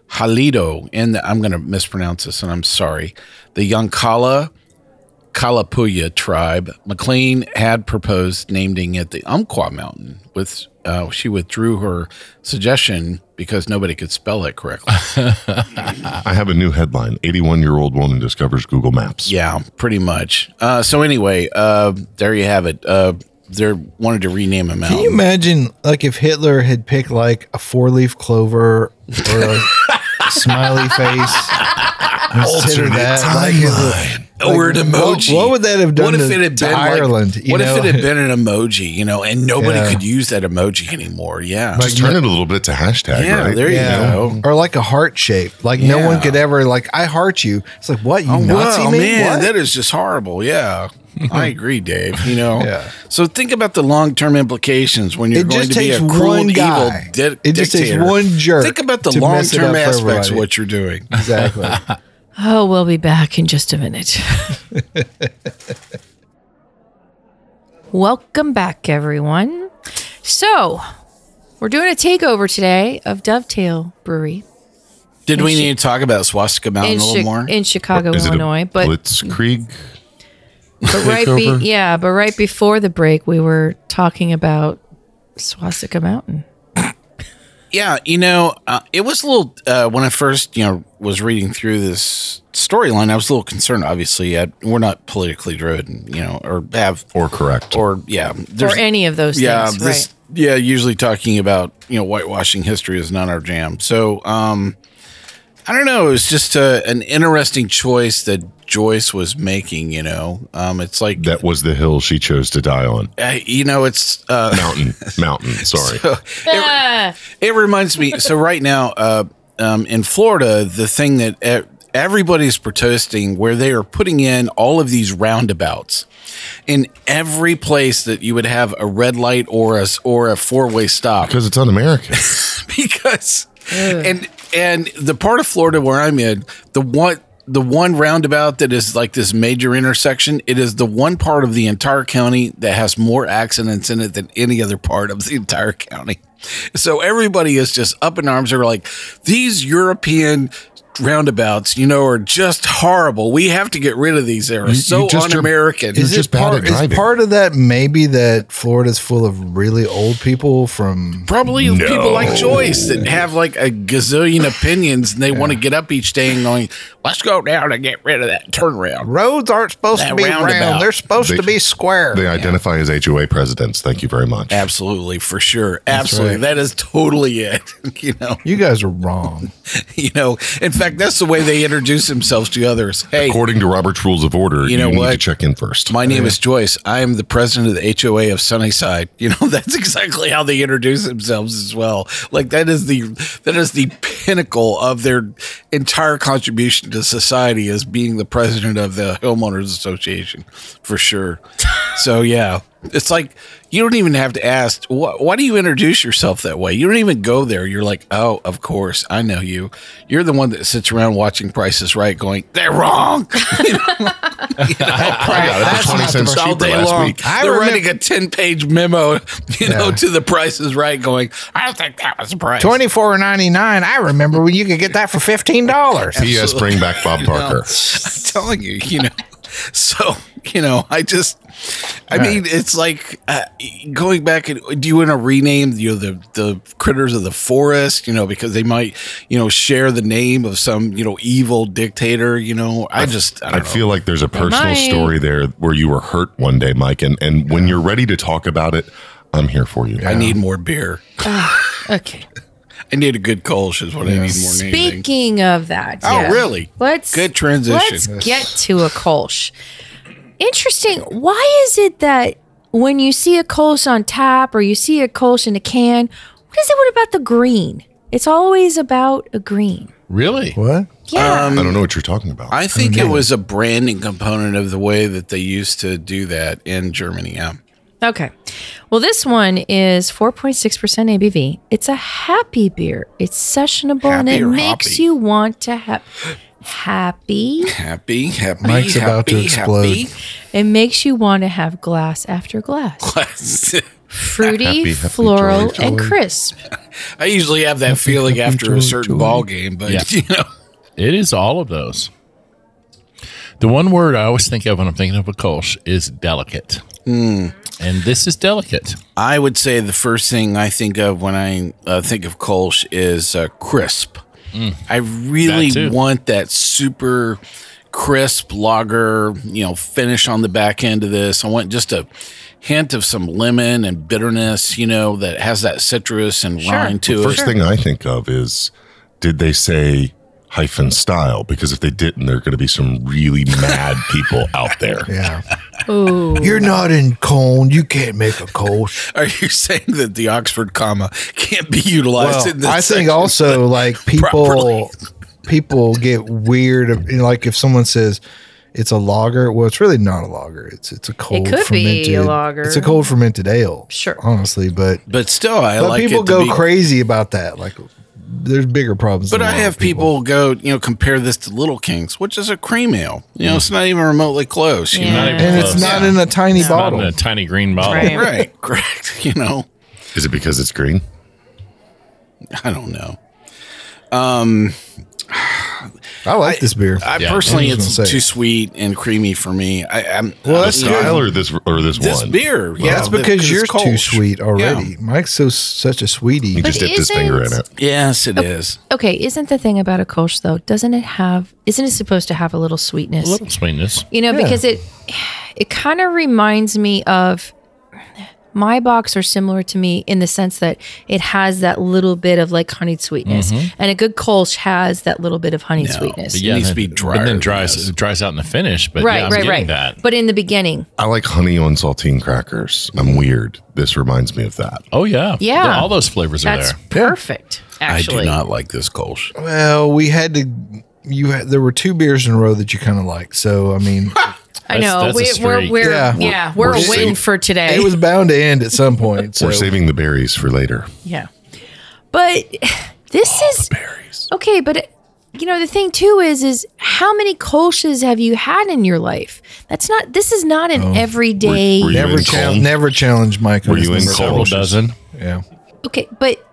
Halido in the, I'm going to mispronounce this and I'm sorry, the Yankala Kalapuya tribe. McLean had proposed naming it the Umpqua Mountain. With uh, she withdrew her suggestion because nobody could spell it correctly.
I have a new headline 81 year old woman discovers Google Maps.
Yeah, pretty much. Uh, so anyway, uh, there you have it. Uh, they wanted to rename him out.
Can you imagine, like, if Hitler had picked like a four-leaf clover or a smiley face? Consider that. Like, is it-
or an
Like,
emoji.
What, what would that have done to, to
like-
Ireland? you
what if
know?
it had been an emoji? You know, and nobody
Yeah.
could use that emoji anymore. Yeah,
Just turn it a little bit to hashtag,
yeah.
right?
There
Yeah.
you go.
Or like a heart shape. Like no one
Yeah.
could ever like I heart you. It's like what you
Oh,
Nazi
wow,
me?
man,
What?
that is just horrible. Yeah. I agree, Dave. You know,
Yeah.
so think about the long-term implications when you're
It
going
just
to be a
takes
cruel,
one
evil
guy.
di-
It just takes
dictator.
one jerk
Think about the
to mess it
long-term
up for
aspects of
everybody.
what you're doing.
exactly.
Oh, we'll be back in just a minute. Welcome back, everyone. So, we're doing a takeover today of Dovetail Brewery
Did
In
we
Chi-
need to talk about Swastika Mountain
in,
a little
Chi-
more?
in Chicago,
Is it a
Illinois. But,
Blitzkrieg?
but right,
takeover?
be, yeah, but right before the break, we were talking about Swastika Mountain.
yeah, you know, uh, it was a little uh, when I first, you know, was reading through this storyline. I was a little concerned. Obviously, I, we're not politically driven, you know, or have
Or correct.
or yeah,
Or
there's-
any of those
yeah,
things,
this,
right?
yeah, usually talking about you know whitewashing history is not our jam. So, um, I don't know. It was just a, an interesting choice that Joyce was making. You know, um, it's like
that was the hill she chose to die on.
I, you know, it's uh,
Mountain. Mountain. Sorry.
Ah!
It reminds me. So right now, uh, um, in Florida, the thing that e- everybody's protesting, where they are putting in all of these roundabouts in every place that you would have a red light or a s- or a four way stop,
Because it's un American.
because and and the part of Florida where I'm in, the one the one roundabout that is like this major intersection, it is the one part of the entire county that has more accidents in it than any other part of the entire county. So everybody is just up in arms. They're like, these European roundabouts, you know, are just horrible. We have to get rid of these. They're
You-
so
you just-
un-American.
you're just bad
part,
at driving.
Is part of that maybe that Florida's full of really old people from
Probably
No.
people like Joyce that have like a gazillion opinions and they want to get up each day and going, let's go down and get rid of that turnaround.
roads aren't supposed
That
to be
roundabout.
round. They're supposed
They-
to be square.
They identify as HOA presidents. Thank you very much.
Absolutely, for sure. Absolutely.
right.
That is totally it. you know,
you guys are wrong.
you know, in fact, that's the way they introduce themselves to others. Hey,
According to Robert's Rules of Order,
You
you,
know
need to
what?
check in first.
my name is Joyce. I am the president of the HOA of Sunnyside. You know, that's exactly how they introduce themselves as well. Like that is the that is the pinnacle of their entire contribution to society as being the president of the homeowners association, for sure. so yeah, it's like you don't even have to ask. Why, why do you introduce yourself that way? You don't even go there. You're like, oh, of course, I know you. You're the one that sits around watching Price is Right, going, they're wrong.
I got it for 20 cents
all
cheaper
day
last
long.
week.
They're writing a ten-page memo, you know, to the Price is Right, going, I think that was the price.
Twenty four ninety nine. I remember when you could get that for fifteen dollars.
P.S. Bring back Bob Barker.
I'm telling you, you know. So you know, I just, I mean, it's like uh, going back and do you want to rename you know, the the critters of the forest? You know, because they might you know share the name of some you know evil dictator. You know, I just I,
I
don't know.
feel like there's a personal
Mike.
story there where you were hurt one day, Mike, and and when you're ready to talk about it, I'm here for you.
I need more beer.
Uh, Okay.
I need a good Kolsch is what I need more than anything.
Speaking of that,
Oh, really?
Let's
Good transition.
Let's get to a Kolsch. Interesting. Why is it that when you see a Kolsch on tap or you see a Kolsch in a can, what is it what about the green? It's always about a green.
Really?
What?
Yeah.
I don't know what you're talking about.
Um, I think it was a branding component of the way that they used to do that in Germany. Yeah.
Okay. Well, this one is 4.6% ABV. It's a happy beer. It's sessionable and
Happy
it
or
makes
hoppy?
you want to have happy.
Happy, happy,
Mike's
happy,
about to
happy.
It makes you want to have glass after glass. Fruity,
Happy, happy,
floral,
joy, joy.
and crisp.
I usually have that feeling
happy,
after a
joy,
certain
joy.
ball game, but
Yeah.
you know,
It is all of those. The one word I always think of when I'm thinking of a Kolsch is delicate.
Mm.
And this is delicate.
I would say the first thing I think of when I uh, think of Kolsch is uh, crisp. I really
Mm. That too.
want that super crisp lager, you know, finish on the back end of this. I want just a hint of some lemon and bitterness, you know, that has that citrus and rind to
First
it.
thing I think of is, did they say hyphen style? Because if they didn't, there are going to be some really mad people out there.
Yeah. You're not in cone. You can't make a Kolsch.
Are you saying that the Oxford comma can't be utilized in this?
I think
section?
also like
Properly.
people people get weird. of- you know, like if someone says it's a lager, well, it's really not a lager. It's it's a cold
could be a
fermented
lager.
It's a cold fermented ale.
Sure.
honestly, but
But still, I
but
like
people
it to
go
be-
crazy about that. Like there's bigger problems.
But
than a
I
lot of
have people go, you know, compare this to Little Kings, which is a cream ale. You know, it's not even remotely close. You
Not
know?
even
and
close.
it's not in a tiny
Not
bottle.
in a tiny green bottle.
Right.
Right. Correct. You know,
Is it because it's green?
I don't know.
I like this beer.
I
Yeah,
personally,
I was
it's
gonna say.
too sweet and creamy for me. I, I'm
Well,
I-
that's
you know,
Style or this or this,
This
one?
beer. yeah,
That's
the-
because
it's
you're too
Kolsch.
sweet already. Mike's so such a
He
sweetie.
just dipped his finger in
isn't-
it.
Yes, it is.
Okay, isn't the thing about a Kolsch though, doesn't it have isn't it supposed to have a little
A
sweetness?
little sweetness.
You know, because it it kind of reminds me of my box are similar to me in the sense that it has that little bit of like honeyed sweetness, and a good Kolsch has that little bit of honeyed sweetness.
Mm-hmm. But yeah,
needs to be
then-
drier
But then
than
dries
this.
it dries out in the finish. But
Right,
yeah, I'm
right,
getting
right.
that.
But in the beginning,
I like honey on saltine crackers. I'm weird. This reminds me of that.
Oh yeah.
Yeah.
The- All those flavors are
that's
there.
perfect. Actually,
I do not like this Kolsch.
Well, we had to. You had, there were two beers in a row that you kind of liked. So I mean,
I
That's-
know
that's a
we, we're
straight-
we're yeah,
Yeah.
we're,
we're
waiting
safe.
for today.
it was bound to end at some point. So
We're saving the berries for later.
Yeah. But this is Okay, but it- you know the thing too is is how many kolsches have you had in your life? That's not this is not an everyday
were you
never
in
chal-
Cone?
never challenge Mike. on
Were
his
you in
number.
Cone?
Several dozen.
Yeah.
Okay, but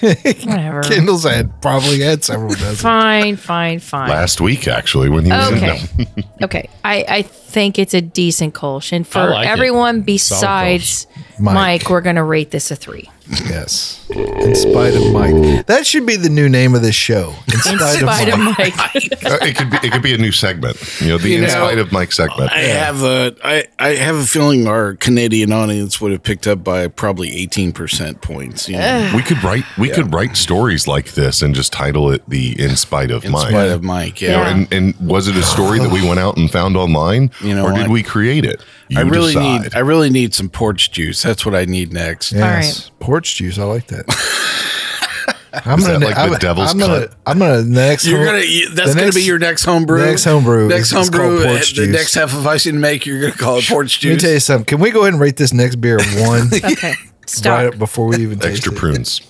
Whatever.
Kendall's had probably had several dozen.
Fine, fine, fine.
Last week, actually, when he was
Okay.
in them.
Okay. I, I think it's a decent Kolsch. And for
like it.
everyone
Solid
besides Mike.
Mike.
we're going to rate this a three.
Yes. In spite of Mike. That should be the new name of this show. In spite,
In spite of Mike.
Uh, it could be it could be a new segment. You know, the
You
in
know,
spite of Mike segment.
I have a I, I have a feeling our Canadian audience would have picked up by probably eighteen percent points. You know,
we could write we could write stories like this and just title it the in spite of
in
Mike.
spite of Mike. Ah. Yeah,
Yeah.
and, and was it a story that we went out and found online,
You know
or did
what?
we create it? You
I really
decide.
need I really need some porch juice. That's what I need next.
Yes.
right.
Porch juice. I like that. I'm
Is that like the
I'm-
devil's
I'm gonna,
cut?
I'm gonna next.
You're
home-
gonna. you- That's
the
gonna
next-
be your next homebrew.
next homebrew is-
Next
is called
homebrew.
porch
and The
juice.
next half of ice you make, you're gonna call it porch
Let me
juice.
tell you something. Can we go ahead and rate this next beer one
Okay. Stop.
right up before we even taste
extra
it?
prunes.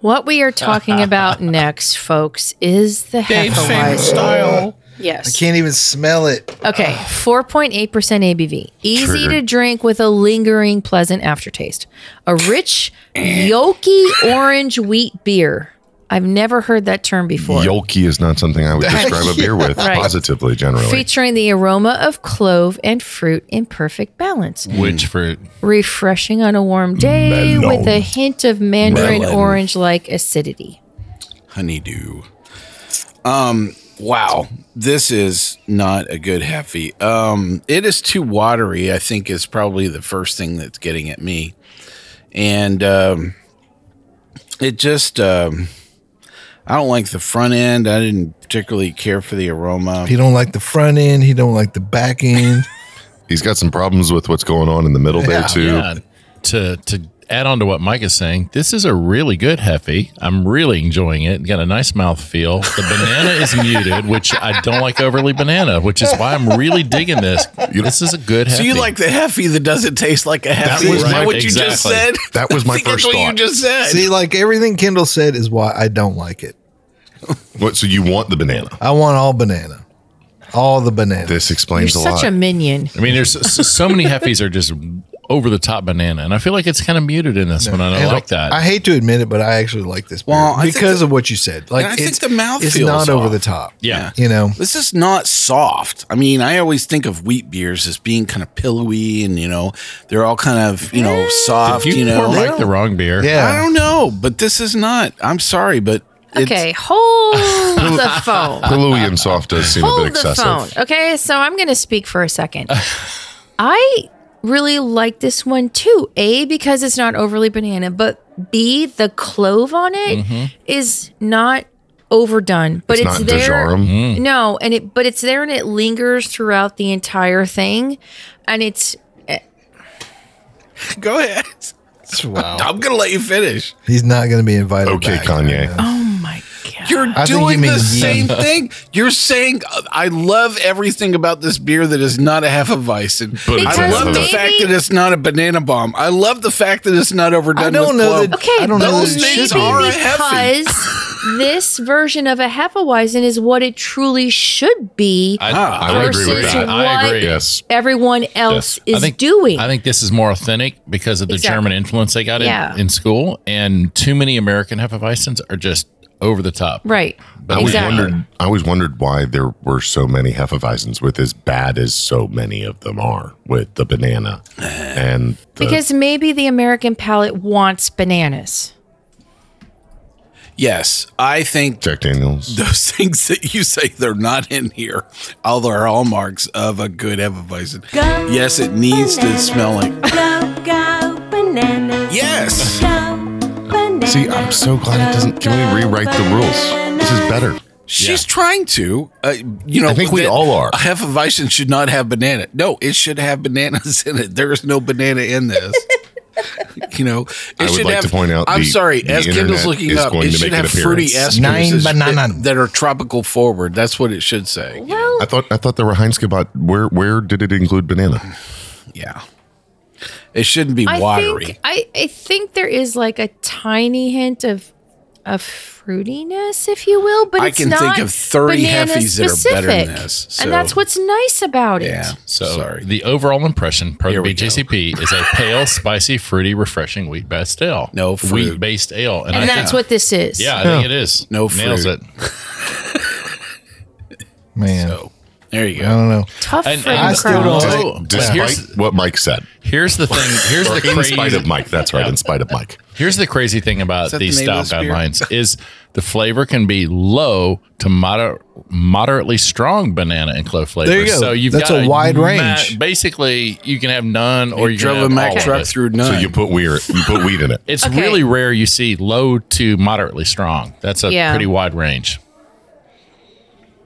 What we are talking about next, folks, is the Hefeweizen.
style.
I
Yes.
can't even smell it.
Okay. 4.8% ABV. Easy
Ah. Triggered.
to drink with a lingering, pleasant aftertaste. A rich, yolky orange wheat beer. I've never heard that term before.
Yolky is not something I would describe a beer with
Right.
positively. Generally,
Featuring the aroma of clove and fruit in perfect balance.
Which fruit?
refreshing on a warm day
Melon.
with a hint of mandarin
Melon.
orange like acidity.
Honeydew. Um. Wow. This is not a good heffy. Um. It is too watery. I think is probably the first thing that's getting at me, and um, it just. Um, I don't like the front end. I didn't particularly care for the aroma.
He don't like the front end. He don't like the back end.
he's got some problems with what's going on in the middle there too.
Yeah. To to add on to what Mike is saying, this is a really good hefe. I'm really enjoying it. Got a nice mouth feel. The banana is muted, which I don't like overly banana, which is why I'm really digging this. This is a good hefe.
So you like the heffy that doesn't taste like a heffy?
was
Is that
right,
what you just
exactly.
said?
That was
I
my
think
first
that's what
thought.
you just said.
See, like everything Kendall said is why I don't like it.
What? So you want the banana?
I want all banana, all the banana.
This
You're
explains a
such
lot.
a minion.
I mean, there's so, so many hefes are just over the top banana, and I feel like it's kind of muted in this one. I don't
And
like that.
I hate to admit it, but I actually like this beer
Well, I think
because
the-
of what you said. Like
I think
it's,
the mouth
it's
feels
not over
off.
the top.
yeah.
you know.
This is not soft. I mean, I always think of wheat beers as being kind of pillowy and, you know, they're all kind of, you know, soft,
You,
you, know.
pour Mike the wrong beer.
Yeah,
I don't know, but this is not. I'm sorry, but it's-
Okay, hold the phone.
Pillowy and soft does seem a bit
Hold the
excessive.
phone. Okay, so I'm going to speak for a second. I really like this one too. A, because it's not overly banana, but B, the clove on it is not overdone, but
It's
it's,
not
there.
Dejarum.
No, and it but it's there and it lingers throughout the entire thing, and it's
go ahead.
wow.
I'm going to let you finish.
He's not going to be invited.
Okay,
back.
Kanye.
oh my god.
You're
I think you
doing the
mean-
same thing. You're saying, uh, I love everything about this beer that is not a half of ice. And
But it's
I
a
love the
half-of-ice.
fact that it's not a banana bomb. I love the fact that it's not overdone.
I don't
with
know.
clove.
That,
Okay,
I don't know.
those
that it should
things
be.
are a hefe.
because this version of a Hefeweizen is what it truly should be.
I,
Ah,
I would agree with
versus
that.
what
I agree.
Yes.
everyone else is
I think,
doing.
I think this is more authentic because of the
Exactly.
German influence they got
Yeah.
in, in school, and too many American Hefeweizens are just over the top.
right.
But
I always
Exactly.
wondered. I always wondered why there were so many hefeweizens with as bad as so many of them are with the banana and the,
Because maybe the American palate wants bananas.
Yes, I think
Jack Daniels.
those things that you say they're not in here, all the hallmarks of a good Hefeweizen. Yes, it needs to smell like. Yes.
See, I'm so glad it doesn't. Can we rewrite the rules? This is better.
She's trying to. Uh, you know,
I think we
that
all are.
A Hefeweizen should not have banana. No, it should have bananas in it. There is no banana in this. you know, it
I would
should
like
have,
to point out
I'm
the-
sorry,
the
as Kendall's
internet
looking
is
up,
going
it
to
should
make an
have fruity
appearance.
esters
Nine
as-
banana.
that are tropical forward. That's what it should say.
Well,
I thought I thought the Reinskebot. Where where did it include banana?
Yeah. It shouldn't be
I
watery.
think I, I think there is like a tiny hint of a fruitiness, if you will, but
I
it's
can think
not
of 30
banana
hefties that are better than
specific.
this, so-
And that's what's nice about it.
Yeah.
So
Sorry.
the overall impression per
Here
the
we go.
BJCP is a pale, spicy, fruity, refreshing wheat-based ale.
No fruit.
wheat-based ale,
And
I
that's
think,
what this is.
Yeah, I think it is.
No
nails
fruit.
it.
Man,
oh, There you
I
go.
don't know.
Tough
And-
for
and
you,
I
still
Carl.
don't-
Oh,
Dis-
but
Despite
here's-
what Mike said,
Here's the thing. Here's
or
the
in
crazy.
spite of Mike, that's right, in spite of Mike.
Here's the crazy thing about
that
these
the name
style
of this beer?
guidelines is the flavor can be low to moder- moderately strong banana and clove flavors.
There you go.
So you've
That's
got
a wide
ma-
range.
Basically, you can have none, or
Or
you
you
can
drove a
have
Mack
all of
truck
it.
through none.
So you put weird, you put weed in it.
It's
Okay.
really rare you see low to moderately strong. That's a
Yeah.
pretty wide range.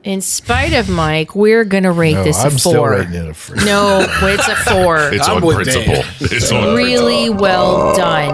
In spite of Mike, we're gonna rate
No,
this a
I'm still
four.
rating it a fruit.
no, it's a four.
It's
I'm
on
with
principle. It's on
really well done.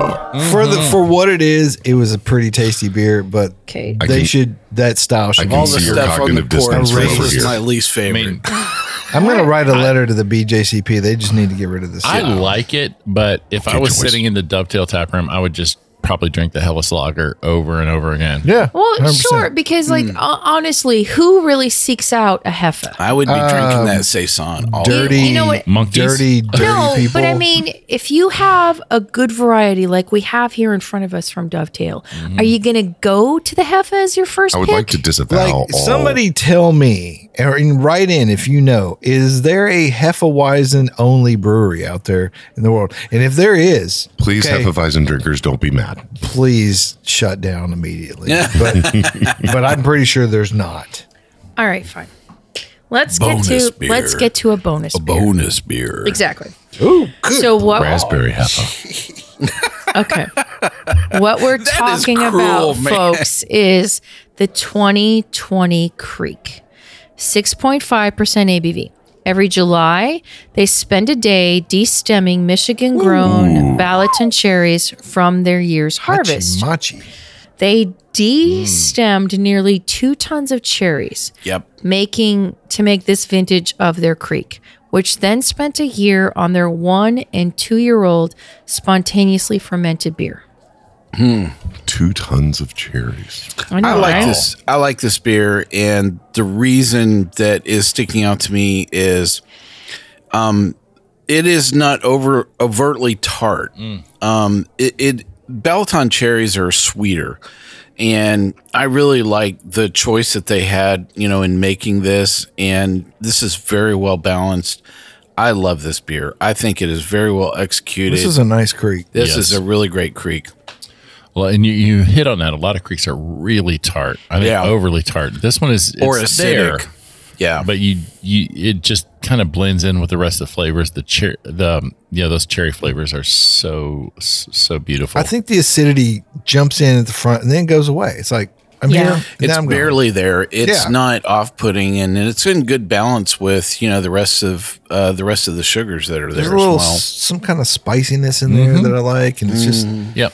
For the
Mm-hmm.
for what it is, it was a pretty tasty beer, but
Okay.
they
can-
should that style should.
can
All
all
the-
the
see your
stuff on the
cognitive dissonance
porch
from
race
over
is
here.
my least
I
favorite.
mean,
I'm gonna write a letter to the BJCP. They just need to get rid of this.
I
shit.
like it, but if I
Good
was
choice.
sitting in the Dovetail tap room, I would just probably drink the Hellas Lager over and over again.
yeah.
Well,
100%.
sure, because like ho- honestly, who really seeks out a heifer?
I would be drinking that saison all day.
Dirty,
know what-
Monkeys?
dirty, dirty
No,
people.
but I mean, if you have a good variety like we have here in front of us from Dovetail, are you going to go to the heifer as your first?
I would
pick?
like to disavow
like
all.
somebody tell me or in, write in if you know is there a Hefeweizen only brewery out there in the world? And if there is,
Please,
okay,
Hefeweizen drinkers, don't be mad.
please shut down immediately. but but I'm pretty sure there's not.
All right, fine. Let's
Bonus
get to
beer.
let's get to a bonus.
A
beer.
bonus beer.
Exactly. so
Oh.
what?
Raspberry Hefe.
Okay. What we're talking
cruel,
about,
man.
folks, is the 2020 Creek, 6.5% ABV. Every July, they spend a day destemming Michigan grown Ballatin cherries from their year's harvest.
Machi.
Hmm.
They destemmed nearly two tons of cherries
Yep.
making to make this vintage of their creek, which then spent a year on their one and two year old spontaneously fermented beer.
uh, Two tons of cherries.
know,
I like
right?
this. I like this beer, and the reason that is sticking out to me is, um, it is not over overtly tart. Um, it, it Belton cherries are sweeter, and I really like the choice that they had, you know, in making this. And this is very well balanced. I love this beer. I think it is very well executed.
This is a nice creek.
this
Yes.
is a really great creek.
Well, and you, you hit on that. A lot of creeks are really tart. I think
Yeah.
overly tart. This one is
Or
it's
acidic. Yeah.
but you you it just kind of blends in with the rest of the flavors. The cher- the um, yeah, those cherry flavors are so s- so beautiful.
I think the acidity jumps in at the front and then goes away. It's like I'm
Yeah.
here. and
it's
now I'm gone.
barely there. It's
Yeah.
not off-putting, and it's in good balance with you know the rest of uh, the rest of the sugars that are there
There's
as
a little
well. Mm-hmm.
s- some kind of spiciness in there that I like, and it's just
Yep.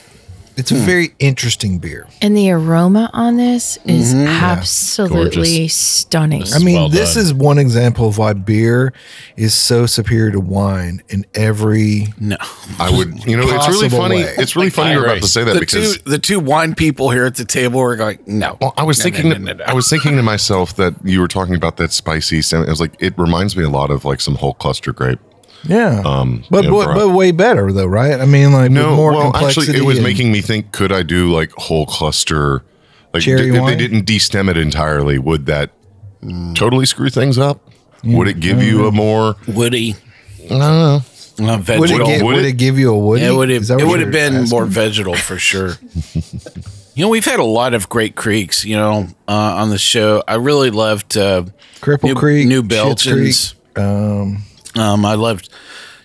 it's a
Hmm.
very interesting beer.
And the aroma on this is absolutely
Gorgeous.
stunning.
This
I mean,
well
this
done.
is one example of why beer is so superior to wine in every.
No,
I would, you know, it's really
Possible
funny.
way.
It's really funny you're about to
Irish.
say that
the
because
two the two wine people here at the table are going no.
Well, I was
No,
thinking,
no, no, no, no.
I was thinking to myself that you were talking about that spicy. Salmon. I was like, it reminds me a lot of like some whole cluster grape.
Yeah,
Um,
but
you know,
but,
bra-
but way better though, right? I mean, like with
no,
more
well,
complexity.
actually, it was
and-
making me think: could I do like whole cluster? Like,
Cherry
d- if they
wine?
didn't destem it entirely, would that totally screw things up? Would it give you a more?
Woody. No,
Uh, Would it,
vegetal.
give,
would
would
it-
it give you a woody?
it would
Is
have
that
it
what
would have
you're
been
asking?
more vegetal for sure. you know, we've had a lot of great creeks. You know, uh, on the show, I really loved uh,
Cripple
New,
Creek,
New
Schitt's
Belgians. Um, I loved.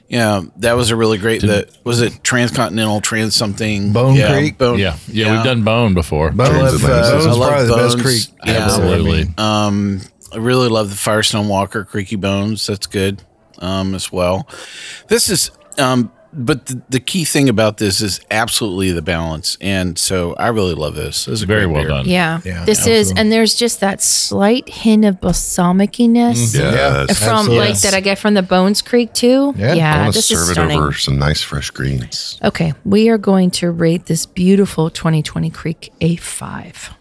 Yeah, that was a really great. That was it. Transcontinental, trans something.
Bone
Oh, yeah,
Creek?
Bone,
Yeah. yeah, We've done bone before.
Bone
Bones
was, uh,
Atlantis.
that was
I love
probably the best
Bones.
creek.
Yeah.
episode. I mean,
Absolutely.
um, I really love the Firestone Walker Creaky Bones. That's good um, as well. This is um, but the, the key thing about this is absolutely the balance, and so I really love this. This is a
Very
great
well
beer.
done.
Yeah.
Yeah,
this is,
absolutely.
and there's just that slight hint of balsamiciness
Mm-hmm. Yes.
from
absolutely.
like that I get from the Bones Creek too.
Yeah.
I want to
this is
serve it
stunning.
over some nice fresh greens.
Okay, we are going to rate this beautiful 2020 Creek a five.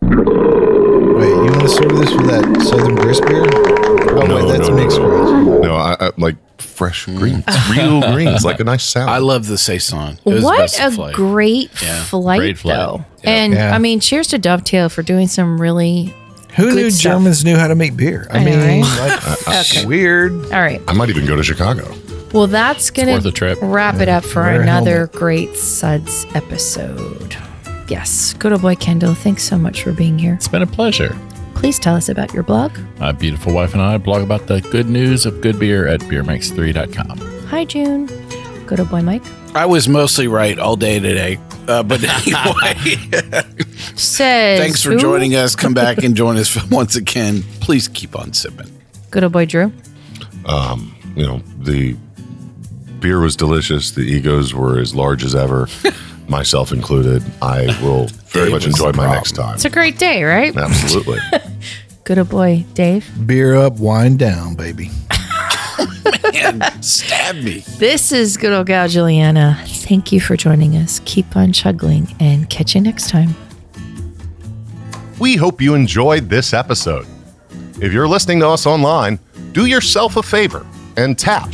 Wait, you want to serve this with that Southern Grist beer? Oh wait, that's mixed Mm. grist.
No, I, I like fresh greens, real greens, like a nice salad.
I love the saison. It was
What
best
a
of flight.
great
Yeah.
flight,
Great flight.
though. And
Yeah.
I mean, cheers to Dovetail for doing some really.
Who
Good
knew
stuff.
Germans knew how to make beer? I,
I know,
mean, like
Okay.
weird.
All right.
I might even go to Chicago.
Well, that's going
worth a
to
trip.
wrap it up for
Wear a
another great Suds episode. Yes. Good old boy Kendall, thanks so much for being here.
It's been a pleasure.
Please tell us about your blog.
My beautiful wife and I blog about the good news of good beer at beermix3.com.
Hi, June. Good old boy Mike.
I was mostly right all day today. Uh, but anyway,
Says,
thanks for
who?
joining us. Come back and join us once again. Please keep on sipping.
Good old boy Drew.
You know, the beer was delicious. The egos were as large as ever, myself included. I will very much enjoy my next time.
It's a great day, right?
Absolutely.
Good old boy Dave.
Beer up, wine down, baby.
And stab me.
This is good old gal Juliana. Thank you for joining us. Keep on chuggling and catch you next time.
We hope you enjoyed this episode. If you're listening to us online, do yourself a favor and tap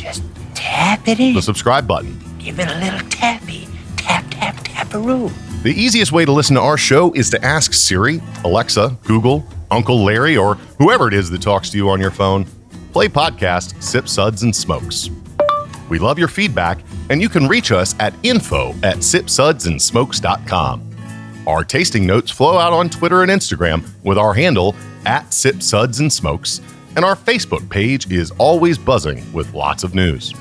Tap it in.
the subscribe button.
Give it a little tappy. Tap, tap, taparoo.
The easiest way to listen to our show is to ask Siri, Alexa, Google, Uncle Larry, or whoever it is that talks to you on your phone. Play podcast, sip suds, and smokes. We love your feedback, and you can reach us at info at sipsudsandsmokes.com. Our tasting notes flow out on Twitter and Instagram with our handle at sipsudsandsmokes, and our Facebook page is always buzzing with lots of news.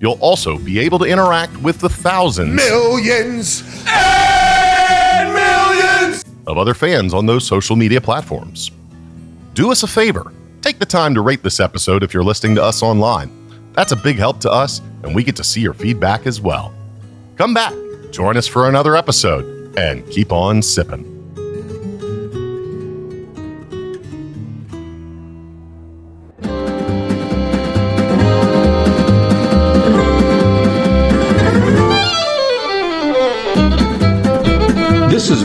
You'll also be able to interact with the thousands
Millions and millions.
of other fans on those social media platforms. Do us a favor take the time to rate this episode if you're listening to us online. That's a big help to us, and we get to see your feedback as well. Come back, join us for another episode, and keep on sipping.
This has